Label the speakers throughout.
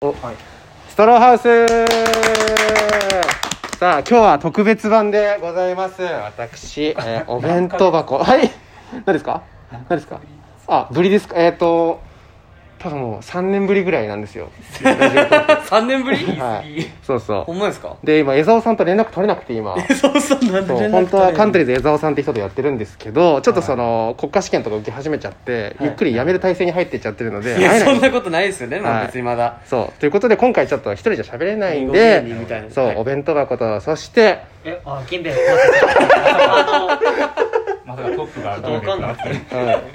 Speaker 1: はい
Speaker 2: ストローハウスさあ今日は特別版でございます私、えー お弁当箱はい何ですか何ですかあぶりですかえっ、と多分もう3年ぶりぐらいなんですよラジオトー
Speaker 1: 3年ぶり
Speaker 2: クはいそう
Speaker 1: ほ
Speaker 2: そ
Speaker 1: んまですか
Speaker 2: うで今江澤さんと連絡取れなくて今
Speaker 1: そうそうなんで
Speaker 2: そう
Speaker 1: 連絡
Speaker 2: 本当はカントリ
Speaker 1: 取
Speaker 2: ーズ江澤さんって人とやってるんですけどちょっとその国家試験とか受け始めちゃって、
Speaker 1: はい
Speaker 2: ゆっくりやめる体制に入っていっちゃってるので
Speaker 1: れな
Speaker 2: 会え
Speaker 1: いいや
Speaker 2: ない
Speaker 1: そんなことないですよね、ま
Speaker 2: は
Speaker 1: あ、
Speaker 2: い
Speaker 1: 別にまだ
Speaker 2: そうということで今回ちょっと一人じゃ喋れないん
Speaker 1: ごめん
Speaker 2: で
Speaker 1: ねみたいな
Speaker 2: そう、
Speaker 1: はい
Speaker 2: お弁当箱とそして
Speaker 3: え、あ、金兵衛。 ま
Speaker 4: まさかトップが
Speaker 3: さか
Speaker 4: どう
Speaker 3: わかん
Speaker 4: な
Speaker 3: な
Speaker 4: っ
Speaker 3: くて。
Speaker 2: うん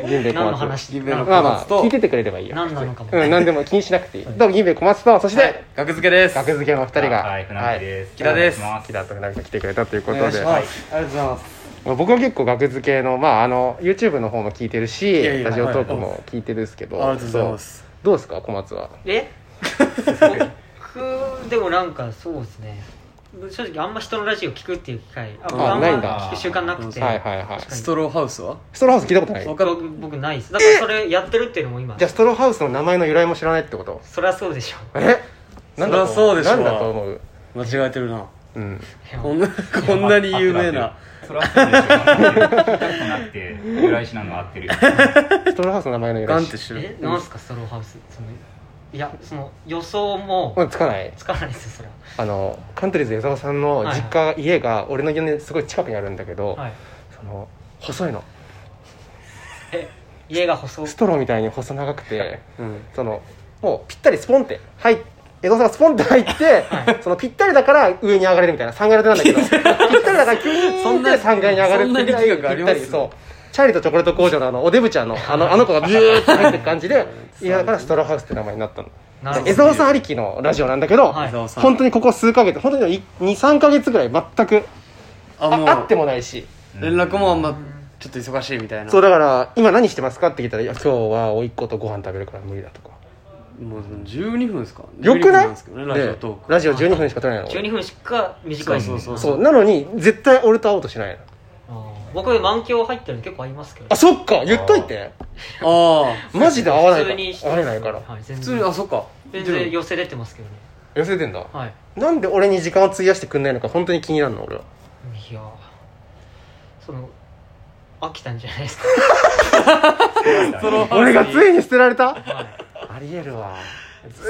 Speaker 2: 銀兵衛小松
Speaker 3: 何の話
Speaker 1: 銀兵衛の
Speaker 2: まあまあ
Speaker 1: 小松と
Speaker 2: 聞いててくれればいいよ
Speaker 3: 何なのかも。
Speaker 2: うん何でも気にしなくていいどうも銀兵衛小松とそして、
Speaker 1: 学付けです
Speaker 2: 学付けの二人が
Speaker 4: はい、船木です。
Speaker 1: 木田です
Speaker 4: お願いし
Speaker 2: 木田と船木が来てくれたというこ
Speaker 1: お
Speaker 2: と
Speaker 1: 願いし
Speaker 2: で
Speaker 1: ます、ありがとうございます
Speaker 2: まあ僕も結構学付けの,、まあ、あの YouTube の方も聞いてるし
Speaker 1: やいや
Speaker 2: ラジオトークも聞いてるんですけど、
Speaker 1: す
Speaker 2: そうどうですか小松は
Speaker 3: え僕、でもなんかそうですね。正直あんま人のラジオ聞くっていう機会、あ僕
Speaker 2: あ
Speaker 3: あんま
Speaker 2: ないんだ
Speaker 3: 聞く習慣なくて。
Speaker 2: はいはいはい
Speaker 3: かに
Speaker 1: ストローハウスは
Speaker 2: ストローハウス聞いたことない
Speaker 1: わ
Speaker 2: じ
Speaker 1: かる
Speaker 3: 僕僕ないです。だからそれやってるっていうのも今
Speaker 2: ゃあ。ストローハウスの名前の由来も知らないってこと
Speaker 3: そりゃそうでしょ。
Speaker 2: えなんだと思
Speaker 1: そりゃそうでしょ
Speaker 2: なんだと思う
Speaker 1: 間違えてるな
Speaker 2: うん
Speaker 1: こんなこんなに有 名な
Speaker 4: ます。それはそうでしょ。なって、由来しなのは合ってる。
Speaker 2: ストローハウスの名前の由
Speaker 1: ガ
Speaker 2: 来
Speaker 1: ンって知
Speaker 3: え
Speaker 1: る、
Speaker 3: なんすか、ストローハウス。そのいや、その予想も
Speaker 2: うんつかない
Speaker 3: つかないですよ、それは。
Speaker 2: あのカントリーズ江澤さんの実家、家が俺の家のすごい近くにあるんだけど、
Speaker 3: はい、
Speaker 2: その細いの
Speaker 3: え家が細
Speaker 2: ストローみたいに細長くて
Speaker 1: うん
Speaker 2: そのもうぴったりスポンって入っ江戸さんがスポンって入って、そのぴったりだから上に上がれるみたいな3階建てなんだけどぴったりだからキュ
Speaker 1: そ
Speaker 2: ーン
Speaker 1: ん
Speaker 2: って
Speaker 1: な
Speaker 2: 3階に上がるって
Speaker 1: そんな力学ありま
Speaker 2: ぴった
Speaker 1: す
Speaker 2: りそうチャーリーとチョコレート工場のあのおデブちゃんのあのあの子がビューって入ってる感じでいやだからストローハウスって名前になったの
Speaker 3: なるほ
Speaker 2: 江
Speaker 3: ど
Speaker 2: 澤さんありきのラジオなんだけど、
Speaker 3: はい
Speaker 1: 沢さん
Speaker 2: 本当にここ数ヶ月本当に23ヶ月ぐらい全く
Speaker 1: あ
Speaker 2: あ
Speaker 1: もう
Speaker 2: 会ってもないし
Speaker 1: 連絡もあんまちょっと忙しいみたいな
Speaker 2: そうだから今何してますかって聞いたらいや「今日は甥っ子とご飯食べるから無理だ」とか
Speaker 1: もう12分ですか
Speaker 2: よくない
Speaker 1: 12分んですけどねラジオトーク
Speaker 2: ラジオ12分しか撮れないの
Speaker 3: 12分しか短いですね
Speaker 1: そうそう
Speaker 2: そうなのに絶対俺と会おうとしないの
Speaker 3: あー僕満響入ってるの結構ありますけど
Speaker 2: あそっか言っといて
Speaker 1: ああ
Speaker 2: マジで会わないか
Speaker 3: 普通に
Speaker 2: 会われないから
Speaker 3: はい、
Speaker 1: 普
Speaker 3: 全
Speaker 1: 通に
Speaker 3: 然
Speaker 1: あそっか
Speaker 3: 全
Speaker 1: 出
Speaker 3: 然
Speaker 1: る
Speaker 3: 寄せ出てますけどね
Speaker 2: 寄せてんだ
Speaker 3: はい
Speaker 2: なんで俺に時間を費やしてくんないのか本当に気になるの俺はい
Speaker 3: やーその飽きたんじゃないですか
Speaker 4: その
Speaker 2: 俺がついに捨てられた
Speaker 3: はい
Speaker 2: ありえるわ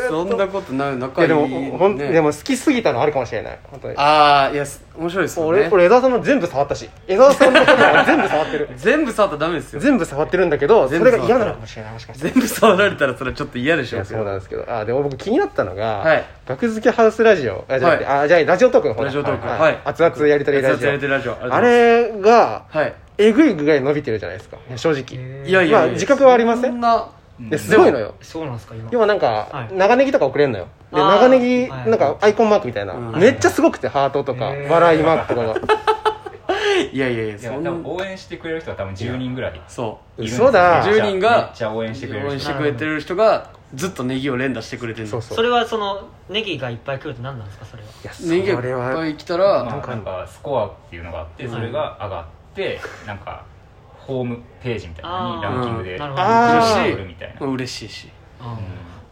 Speaker 1: そんなことない
Speaker 2: い
Speaker 1: 仲い
Speaker 2: や
Speaker 1: い
Speaker 2: でもほん
Speaker 1: ね
Speaker 2: でも好きすぎたのあるかもしれない本当に
Speaker 1: ああいやす面白いですよ
Speaker 2: 俺
Speaker 1: ね
Speaker 2: 俺江澤さんの全部触ったし江澤さんのことは全部触ってる
Speaker 1: 全部触ったらダメですよ
Speaker 2: 全部触ってるんだけどそ
Speaker 1: 全部
Speaker 2: れが
Speaker 1: 触った
Speaker 2: 嫌なのかもしれないもしかして
Speaker 1: 全部触られたらそれはちょっと嫌でし
Speaker 2: い
Speaker 1: ょ
Speaker 2: やそうなんですけどあでも僕気になったのが、
Speaker 1: はい
Speaker 2: 学付けハウスラジオあじゃなくて、
Speaker 1: は
Speaker 2: あじゃあラジオトークの方だ
Speaker 1: ラジオトーク
Speaker 2: はい
Speaker 1: はい
Speaker 2: 熱々やり取りラ
Speaker 1: 熱
Speaker 2: ジオ
Speaker 1: 々やりとりラジオ
Speaker 2: あれが
Speaker 1: はい
Speaker 2: えぐいぐらい伸びてるじゃないですかいや正直、
Speaker 3: えー
Speaker 1: いやいやいや
Speaker 2: まあ自覚はありません
Speaker 1: そんな
Speaker 2: ですごいのよ
Speaker 3: そうなんですか今
Speaker 2: 要はなんか、
Speaker 3: はい
Speaker 2: 長ネギとか送れんのよで
Speaker 3: あー
Speaker 2: 長ネギ
Speaker 3: はい
Speaker 2: なんかアイコンマークみたいな、
Speaker 1: うん
Speaker 2: めっちゃすごくてハートとか、
Speaker 3: へー
Speaker 2: 笑いマークとかが
Speaker 1: いやいやいや
Speaker 4: いや
Speaker 1: そ
Speaker 4: 多
Speaker 1: ん
Speaker 4: 分
Speaker 1: な
Speaker 4: 応援してくれる人は多分10人ぐらいいるんです
Speaker 1: そ
Speaker 4: よ
Speaker 2: 嘘だ
Speaker 4: めっちゃ
Speaker 1: 10人が
Speaker 4: めっちゃ応援してくれ
Speaker 1: う応
Speaker 4: る
Speaker 1: 援し
Speaker 4: 人
Speaker 1: てくれてる人がずっとネギを連打してくれてる
Speaker 2: そう
Speaker 3: そ
Speaker 2: そう
Speaker 3: れはそのネギがいっぱい来ると何なんですかそれはい
Speaker 2: やそ
Speaker 1: ネギが
Speaker 2: れ
Speaker 1: いっぱ
Speaker 2: はい
Speaker 1: 来た
Speaker 4: まあ
Speaker 1: ら
Speaker 4: なんかスコアっていうのがあってそれが上がってなんかホームページみたいなのにランキングで
Speaker 3: あー
Speaker 2: なるほど
Speaker 4: 上位に来るみたいな
Speaker 1: まあ嬉しいし
Speaker 3: あ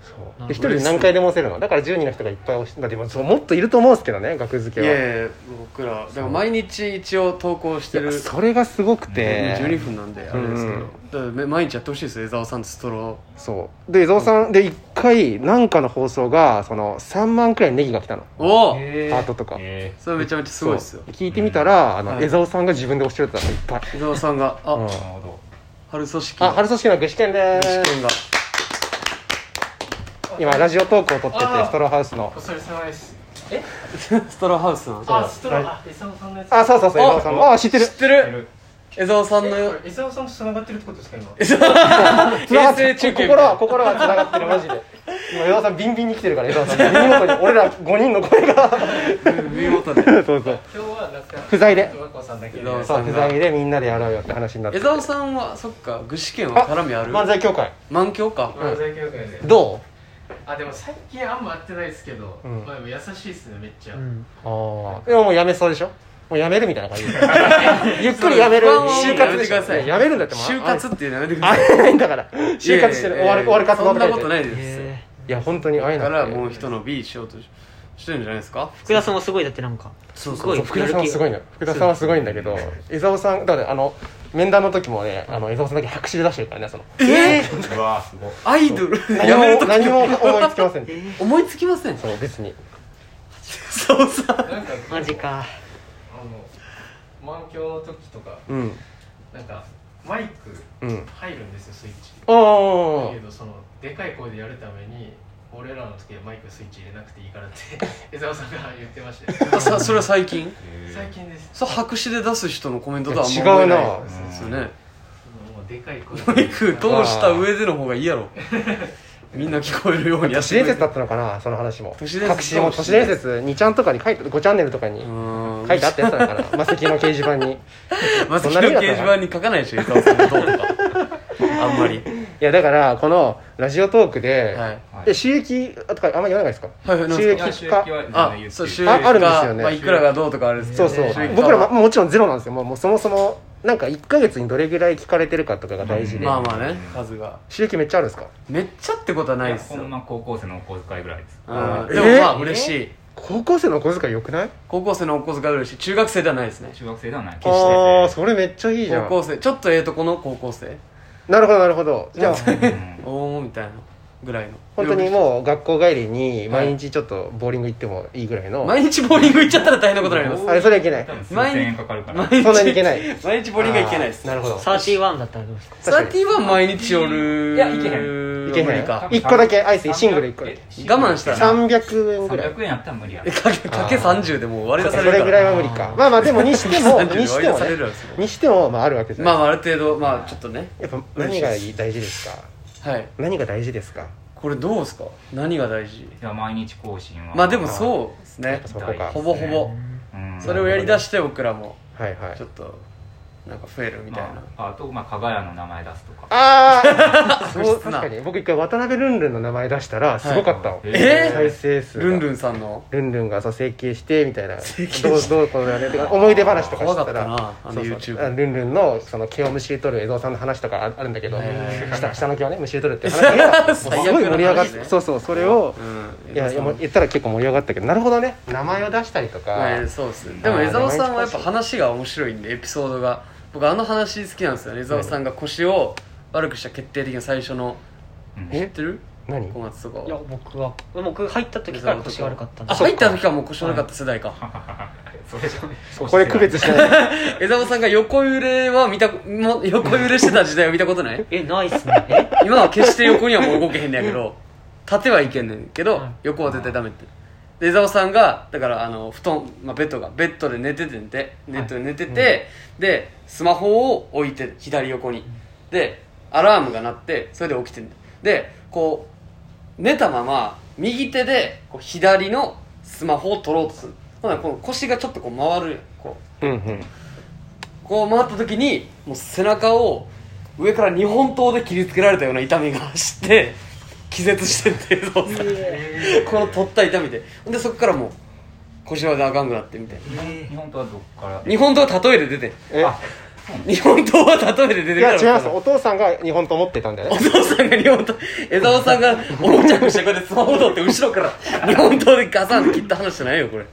Speaker 2: そうで一人で何回でも押せるのだから10人の人がいっぱい押してまあでもそうもっといると思うんですけどね学
Speaker 1: い
Speaker 2: 付けは
Speaker 1: やいや僕らでも毎日一応投稿して
Speaker 2: い
Speaker 1: る
Speaker 2: やそれがすごくて
Speaker 1: 12分なんであれですけ
Speaker 2: う
Speaker 1: ど
Speaker 2: ん
Speaker 1: だからめ毎日やってほしいですよ江澤さんとストロ
Speaker 2: そうで伊沢さんで一回なんかの放送がその3万くらいネギが来たの
Speaker 1: ーおお
Speaker 3: え
Speaker 2: パートとか
Speaker 4: え
Speaker 1: それめちゃめちゃすごいですよ
Speaker 2: そう聞いてみたらあの
Speaker 1: はい
Speaker 2: 江澤さんが自分で教えてたのいっぱい
Speaker 1: 江澤さんがあ、
Speaker 2: うん
Speaker 4: ーなるほど
Speaker 1: 春組織
Speaker 2: あ春組織の具志堅で
Speaker 1: 試
Speaker 2: す
Speaker 1: 験が
Speaker 2: 今ラジオトークを撮ってて
Speaker 4: あー
Speaker 2: ストローハウスの
Speaker 4: それ様です
Speaker 1: ストローハウスなん
Speaker 5: あ、ストロー、あ、エサオさんのやつ。
Speaker 2: あそうそうそう江澤さんのあ知ってる
Speaker 1: 知ってる江澤さんの
Speaker 5: えエサオさんと繋がってるってことですか、今。
Speaker 2: 繋が
Speaker 1: 平
Speaker 2: っ
Speaker 1: 成
Speaker 2: て
Speaker 1: 中継
Speaker 2: 心は心は繋がってるマジで今江澤さんビンビンに来てるから江澤さん耳元に俺ら5人の声が
Speaker 1: 見事で
Speaker 2: そうそう
Speaker 5: 今日は、なんか、
Speaker 2: 不在で
Speaker 5: 和子さんだけ
Speaker 1: 江
Speaker 5: で。
Speaker 1: 澤
Speaker 2: そ
Speaker 1: さ
Speaker 2: うん不
Speaker 1: が
Speaker 2: 在でみんなでやろうよって話になっ
Speaker 1: 江
Speaker 2: て
Speaker 1: 澤さんはそっか具志堅は絡みある
Speaker 2: 漫才協会
Speaker 1: 満響か
Speaker 5: 漫才協会で。
Speaker 2: どう
Speaker 5: あ、でも最近あんま会ってないですけど、
Speaker 2: うん
Speaker 5: まあでも優しいっすね、めっちゃ。
Speaker 3: うん
Speaker 2: ああでももうやめそうでしょもうやめるみたいな感じ ゆっくりやめる
Speaker 1: 不安を
Speaker 2: 就活でしょ
Speaker 1: やめてください
Speaker 2: やめるんだってもう
Speaker 1: 就活っていうのやめてくだ
Speaker 2: あ
Speaker 1: さい
Speaker 2: れないんだから就活してる終わる終わる活動
Speaker 1: そんなことないいです
Speaker 3: え
Speaker 2: いいや本当にああいうの
Speaker 1: だ
Speaker 2: っ
Speaker 1: か
Speaker 2: て
Speaker 1: らもう一伸びしようとししてるんじゃないですか
Speaker 3: 福田さんはすごいだってなんか
Speaker 1: そう
Speaker 3: すごい
Speaker 2: そう福田さんはすごいのよ福田さんはすごいんだけど江澤さんだからねあの面談の時もねあの江澤さんだけ白紙で出してるからねその
Speaker 1: え
Speaker 4: うわーすごい
Speaker 1: アイドル
Speaker 2: 何
Speaker 1: やめる
Speaker 2: も
Speaker 1: と
Speaker 2: 何も思いつきません
Speaker 1: 思いつきません
Speaker 2: そう別に
Speaker 1: そうさ
Speaker 5: なんか
Speaker 3: マジか
Speaker 5: あの満響の時とか
Speaker 2: うん
Speaker 5: なんかマイ
Speaker 2: う
Speaker 5: ク
Speaker 2: ん
Speaker 5: 入るんですよスイッチ
Speaker 2: お
Speaker 5: だ
Speaker 2: お
Speaker 5: けどそのでかい声でやるために俺らの時はマイクスイッチ入れなくていいからって江澤さんが言ってました よ
Speaker 1: あさそれは最近
Speaker 5: 最近です
Speaker 1: そう白紙で出す人のコメントとはあんま思
Speaker 2: 違
Speaker 1: え
Speaker 2: う
Speaker 1: ない
Speaker 2: な
Speaker 1: ですよね
Speaker 5: そのもうでかい声で
Speaker 1: マイク通した上での方がいいやろみんな聞こえるようにやっ
Speaker 2: 都市
Speaker 1: て
Speaker 2: 伝
Speaker 1: くれ
Speaker 2: 説
Speaker 1: て
Speaker 2: だったのかなその話も
Speaker 1: 都市伝説
Speaker 2: 隠しも都市伝説2ちゃんとかに書いて5チャンネルとかに
Speaker 1: うーん
Speaker 2: 書いてあったやつなのか なマセキの掲示板にい
Speaker 1: まず広い掲示板に書かないでしょ江川さんのどうとかあんまり
Speaker 2: やだからこのラジオトークで、
Speaker 1: はい
Speaker 4: はい
Speaker 2: え収益とかあんまり言わないですか
Speaker 1: はいはいなんです
Speaker 2: 収
Speaker 1: か
Speaker 4: いや
Speaker 2: 益
Speaker 4: 収益
Speaker 2: か
Speaker 4: は全然
Speaker 1: あ
Speaker 4: 言って
Speaker 1: そう収益
Speaker 4: る
Speaker 1: が
Speaker 2: ああるんですよね
Speaker 1: まあ、いくらがどうとかあるんですけ
Speaker 2: そ
Speaker 1: ど
Speaker 2: うそう
Speaker 1: 収益化
Speaker 2: 僕らも
Speaker 1: は
Speaker 2: もちろんゼロなんですよもうもうそもそもなんか1か月にどれぐらい聞かれてるかとかが大事で、
Speaker 1: まあまあね数が
Speaker 2: 収益めっちゃあるんですか
Speaker 1: めっちゃってことはないい
Speaker 4: や
Speaker 1: です
Speaker 4: こ
Speaker 1: よ
Speaker 4: んな高校生のお小遣いぐらいです
Speaker 1: うん
Speaker 2: え
Speaker 1: でもまあ嬉しい
Speaker 2: 高校生のお小遣いよくない
Speaker 1: 高校生のお小遣いは嬉しい中学生ではないですね
Speaker 4: 中学生ではない決して
Speaker 2: ああそれめっちゃいいじゃ
Speaker 1: 高
Speaker 2: ん
Speaker 1: 校生ちょっとええとこの高校生
Speaker 2: なるほどなるほどじゃあ
Speaker 4: うん
Speaker 1: おおみたいなぐらいの
Speaker 2: 本当に
Speaker 1: う
Speaker 2: もう学校帰りに毎日ちょっとボーリング行ってもいいぐらいの、
Speaker 1: 毎日ボーリング行っちゃったら大変なことになります
Speaker 2: あれそれはいけない
Speaker 4: 多分数千円かかるから
Speaker 1: 毎日
Speaker 2: そんなにいけない
Speaker 1: 毎日ボーリングは行けないです
Speaker 2: あーなるほど
Speaker 3: サーティワンだったらどうですか
Speaker 1: サーティは毎日夜
Speaker 4: いや行けへ
Speaker 1: ん
Speaker 2: いけへん
Speaker 1: 無理
Speaker 4: 多
Speaker 1: か
Speaker 4: 分
Speaker 2: 一個だけアイスシングル一個
Speaker 4: え
Speaker 1: 我慢したら
Speaker 2: 300円ぐらい
Speaker 4: 300円やったら無理やろ
Speaker 1: かけかけ30でもう割り出
Speaker 2: そ
Speaker 1: される
Speaker 2: れぐ
Speaker 1: か
Speaker 2: らい
Speaker 1: ら
Speaker 2: は無理かまあまあでもにしても
Speaker 1: 30
Speaker 2: に
Speaker 1: で
Speaker 2: し
Speaker 1: 割
Speaker 2: て
Speaker 1: り
Speaker 2: も
Speaker 1: 出され
Speaker 2: ね
Speaker 1: るんですよ
Speaker 2: にしてもまああるわけじゃな
Speaker 1: ま
Speaker 2: い
Speaker 1: あまあある程度まあちょっとね
Speaker 2: やっぱ何が大事ですか
Speaker 1: はい
Speaker 2: 何が大事ですか
Speaker 1: これどうですか何が大事
Speaker 4: いや毎日更新は
Speaker 1: まあでもそうですね
Speaker 2: そこか
Speaker 1: ほぼほぼ
Speaker 4: うん
Speaker 1: それをやりだして僕らも
Speaker 2: はいはい
Speaker 1: ちょっとなんか増えるみたいな
Speaker 4: まああとまあ加賀屋の名前出すとか
Speaker 2: あ あそう
Speaker 1: 悪質
Speaker 2: 確
Speaker 1: な
Speaker 2: かに僕一回渡辺ルンルンの名前出したらすごかったの、
Speaker 4: はい
Speaker 1: えー
Speaker 2: 再生数が
Speaker 1: ルンルンさんの
Speaker 2: ルンルンがさ整形してみたい など
Speaker 1: 整形
Speaker 2: うどうこうだよねとか思い出話とかして
Speaker 1: 怖
Speaker 2: た
Speaker 1: かっ
Speaker 2: ら
Speaker 1: たなあの
Speaker 2: そうそう
Speaker 1: YouTube
Speaker 2: あルンルンのその毛をむしり取る江戸さんの話とかああるんだけど
Speaker 1: はいはいはい
Speaker 2: 下下の毛をねむしり取るっていう話がもうすごい盛り上がっ
Speaker 1: 最悪な話
Speaker 2: て
Speaker 1: ね
Speaker 2: そうそうそれを
Speaker 1: うん
Speaker 2: いやいやもう言ったら結構盛り上がったけどなるほどね名前を出したりとか、
Speaker 1: えーそうっすでも江澤さんはやっぱ話が面白いんでエピソードが僕あの話好きなんですよね江澤さんが腰を悪くした決定的な最初の
Speaker 4: うん
Speaker 1: 知っ
Speaker 2: え
Speaker 1: てる
Speaker 2: 何
Speaker 1: 小松とか
Speaker 3: いや僕は僕入った時から腰悪かったんで
Speaker 1: あ入った時はもう腰悪かった世代か
Speaker 4: それじゃそうして
Speaker 2: これ区別してない
Speaker 1: 江澤さんが横揺れは見たも横揺れしてた時代は見たことない
Speaker 3: えないっすねえ
Speaker 1: 今は決して横にはもう動けへんねやけど縦はいけんねんけど、
Speaker 3: はい
Speaker 1: 横は絶対ダメってで江澤さんがだからあの布団、まあ、ベッドがベッドで寝ててんてベッドで寝てて、でスマホを置いて左横にでアラームが鳴ってそれで起きてんねんでこう寝たまま右手でこう左のスマホを取ろうとするほなこの腰がちょっとこう回るやんこう
Speaker 2: うんうん
Speaker 1: こう回った時にもう背中を上から日本刀で切りつけられたような痛みが走って気絶してっていう動作この取った痛みでほんでそこからもう腰まであかんくなってみたいな
Speaker 4: 日本日本刀はどっから
Speaker 1: 日本刀は例えで出て
Speaker 2: え
Speaker 1: ん日本刀は例えで出て
Speaker 2: い
Speaker 1: るか
Speaker 2: や
Speaker 1: ら
Speaker 2: 違いますお父さんが日本と思ってたんだよ
Speaker 1: お
Speaker 2: ね
Speaker 1: 父さんが日本刀江澤さんがおもちゃくしてこうやってスマホ取って後ろから日本刀でガサンって切った話じゃないよこれい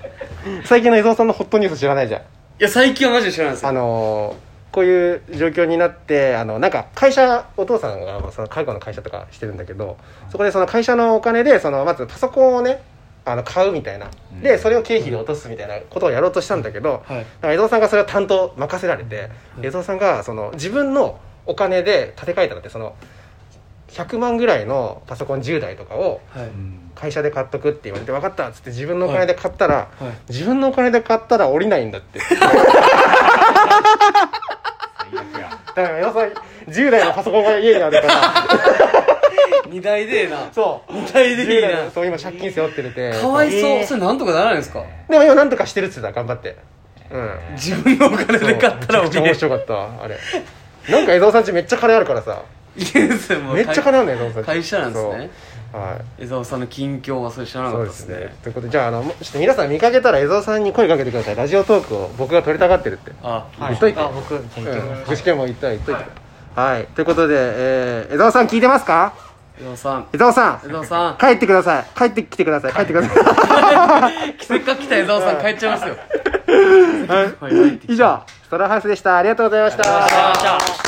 Speaker 2: 最近の江蔵さんのホットニュース知らないじゃん
Speaker 1: や最近はマジで知らないです
Speaker 2: あ
Speaker 1: よ
Speaker 2: のーこういう状況になってあのなんか会社お父さんがその介護の会社とかしてるんだけどそこでその会社のお金でそのまずパソコンをねあの買うみたいな
Speaker 4: うん
Speaker 2: でそれを経費で落とすみたいなことをやろうとしたんだけど、
Speaker 1: はい
Speaker 2: だから江蔵さんがそれを担当任せられて、江蔵さんがその自分のお金で建て替えたのってその100万ぐらいのパソコン10台とかを
Speaker 1: はい
Speaker 4: うん
Speaker 2: 会社で買っとくって言われて分かったっつって自分のお金で買ったら、
Speaker 1: はい
Speaker 2: 自分のお金で買ったら降りないんだって
Speaker 4: 最悪や
Speaker 2: だから要するに10代のパソコンが家にあるから
Speaker 1: 二台でええな
Speaker 2: そう
Speaker 1: 二台でい
Speaker 2: 10
Speaker 1: い
Speaker 2: 代
Speaker 1: な
Speaker 2: のそう今借金背負ってるて
Speaker 1: かわいそう、
Speaker 3: えー
Speaker 1: それなんとかならないんですか
Speaker 2: でも今なんとかしてるっつうた頑張ってうん
Speaker 1: 自分のお金で買ったら
Speaker 2: め
Speaker 1: お
Speaker 2: ちゃくちゃ
Speaker 1: 見
Speaker 2: 面
Speaker 1: え
Speaker 2: 白かったあれなんか江蔵さんちめっちゃ金あるからさ
Speaker 1: いやそれもう
Speaker 2: めっちゃ金あるの江蔵さんち
Speaker 1: 会社なんですね
Speaker 2: そうはい
Speaker 1: 江澤さんの近況はそれ知らな
Speaker 2: そ
Speaker 1: か
Speaker 2: う
Speaker 1: った
Speaker 2: で
Speaker 1: ですすね
Speaker 2: ねということでじゃああのもちょっと皆さん見かけたら江蔵さんに声かけてくださいラジオトークを僕が撮りたがってるって
Speaker 1: あ
Speaker 2: 言っといて
Speaker 3: あ僕
Speaker 2: うん具志堅も言ったら言っといてはいということでえー江蔵さん聞いてますか
Speaker 5: い
Speaker 1: 江戸さん
Speaker 2: 江沢さ
Speaker 1: 江
Speaker 2: ん
Speaker 1: 戸さん
Speaker 2: 帰ってください帰ってきてください帰ってくだ さ
Speaker 1: せっかく来た江戸さん帰っちゃいます
Speaker 2: い
Speaker 1: よ
Speaker 2: 以上ストローハウスでしたありがとうございました
Speaker 3: ありがとうございました